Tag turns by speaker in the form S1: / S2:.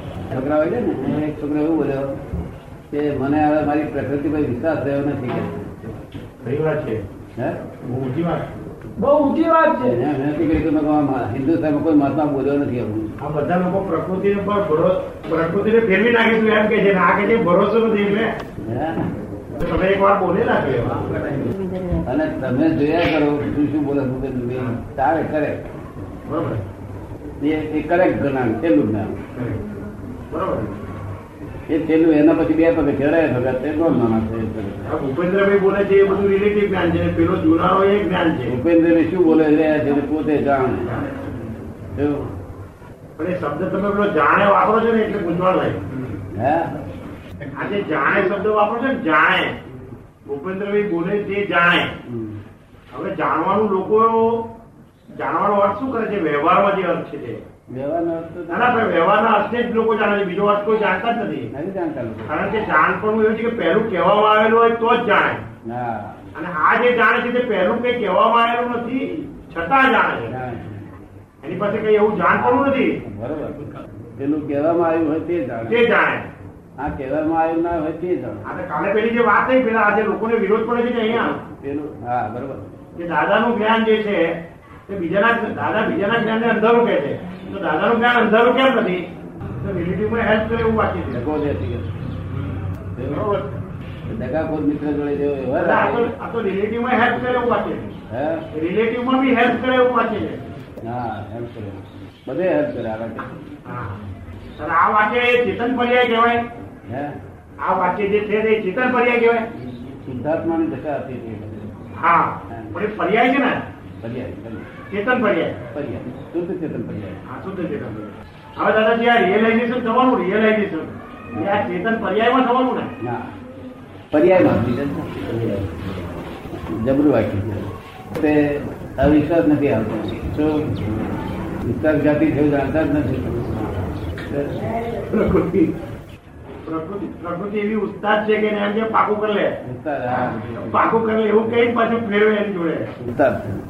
S1: છોકરા હોય છે ને એમાં એક છોકરો એવું બોલ્યો કે મને હવે મારી પ્રકૃતિ પર વિશ્વાસ થયો નથી કે
S2: ખરી વાત છે
S1: હે?
S2: બહુ ઊંચી વાત છે.
S3: બહુ ઊંચી વાત છે
S1: એને વિનંતી કરી કે મેં કહ્યું, આમાં હિન્દુસ્તાનમાં કોઈ મહાત્મા બોલ્યો નથી એવું
S2: આ બધા લોકો પ્રકૃતિને પર ભરો- પ્રકૃતિને ફેરવી નાખે છે એમ કે છે ને આ કે છે ભરોસો નથી એટલે
S1: હે?
S2: તમે એક વાર બોલેલા છો એવા.
S1: અને તમે જોયા કરો શું શું બોલે શું બધું બે. તારે કરે
S2: બરોબર
S1: એ એ correct જ્ઞાન છેલ્લું જ્ઞાન
S2: બરોબર
S1: એ છેલ્લું એના પછી બે પગે ચડાય ભગત તે દોઢ નાના છે એ પગે.
S2: આ ભૂપેન્દ્રભાઈ બોલે છે એ બધું રિલેટિવ જ્ઞાન છે પેલો જુનાળો એ જ્ઞાન છે
S1: ભૂપેન્દ્રને શું બોલે રહ્યા છે તે પોતે જાણે જો.
S2: પણ એ શબ્દ તમે પેલો જાણે વાપરો છો ને એટલે ગુંજવાણ થાય
S1: હે?
S2: આ જે જાણે શબ્દ વાપરો છો ને જાણે ભૂપેન્દ્રભાઈ બોલે તે જાણે
S1: હમ.
S2: હવે જાણવાનું લોકો જાણવાનો અર્થ શું કરે છે વ્યવહારમાં જે અર્થ છે તે
S1: વ્યવહારનો અર્થ તો
S2: ના ના પણ વ્યવહારના અર્થને જ લોકો જાણે છે બીજો અર્થ કોઈ જાણતા જ નથી
S1: નથી જાણતા લોકો.
S2: કારણ કે જાણપણું એવું છે કે પહેલું કહેવામાં આવેલું હોય તો જ જાણે
S1: ના,
S2: અને આ જે જાણે છે તે પહેલું કઈ કહેવામાં આવેલું નથી છતાં જાણે છે
S1: જાણે.
S2: એની પાસે કઈ એવું જાણપણું નથી
S1: બરોબર પેલું કહેવામાં આવ્યું હોય તે જાણે
S2: તે જાણે
S1: આ કહેવામાં આવ્યું ના હોય તે જાણે
S2: આ તો કાલે પેલી જે વાત થઈ પેલા આજે લોકોને વિરોધ પડે છે કે અહીંયા
S1: પેલું હા બરોબર
S2: કે દાદાનું જ્ઞાન જે છે તે બીજાના દાદા બીજાના જ્ઞાનને અંધારું કહે છે તો દાદાનું જ્ઞાન અંધારું કેમ નથી તો રિલેટિવમાં હેલ્પ કરે એવું બાકી છે
S1: ડકો દેતી કે.
S2: બરોબર.
S1: ડકાખોર મિત્ર જોડે જેવો વ્યવહાર
S2: દાદા, આ
S1: રાખે.
S2: તો- આ તો રિલેટિવમાં હેલ્પ કરે એવું બાકી છે
S1: હે?
S2: રિલેટિવમાં બી હેલ્પ કરે એવું બાકી છે
S1: હા, એમ કરે. બધે હેલ્પ કરે આ વાક્ય.
S2: હા સર, આ વાક્ય એ ચેતન પર્યાય કહેવાય
S1: હે?
S2: આ વાક્ય જે છે તે ચેતન પર્યાય કહેવાય
S1: શુદ્ધાત્માની દશા હતી તે બધે.
S2: હા પણ એ પર્યાય છે ને
S1: પર્યાય, પર્યાય,
S2: ચેતન પર્યાય
S1: પર્યાય. શુદ્ધ ચેતન પર્યાય.
S2: આ શુદ્ધ ચેતન પર્યાય હવે દાદાજી આ રિયલાઇઝેશન થવાનું રિયલાઇઝેશન એ આ ચેતન પર્યાયમાં થવાનું ને
S1: ના. પર્યાયમાં બીજા શું? જબરું વાક્ય છે. તે અવિશ્વાસ નથી આવતો શું? વિશ્વાસ જાતિ જેવું જાણતા જ નથી
S2: પ્રકૃતિ પ્રકૃતિ પ્રકૃતિ એવી ઉસ્તાદ છે કે એને એમ કે પાકું કરી લે
S1: વિશ્વાસ, હા.
S2: हो, પાકું કરી લે એવું કઈ પાછું ફેરવે એની જોડે
S1: ઉતાર છે.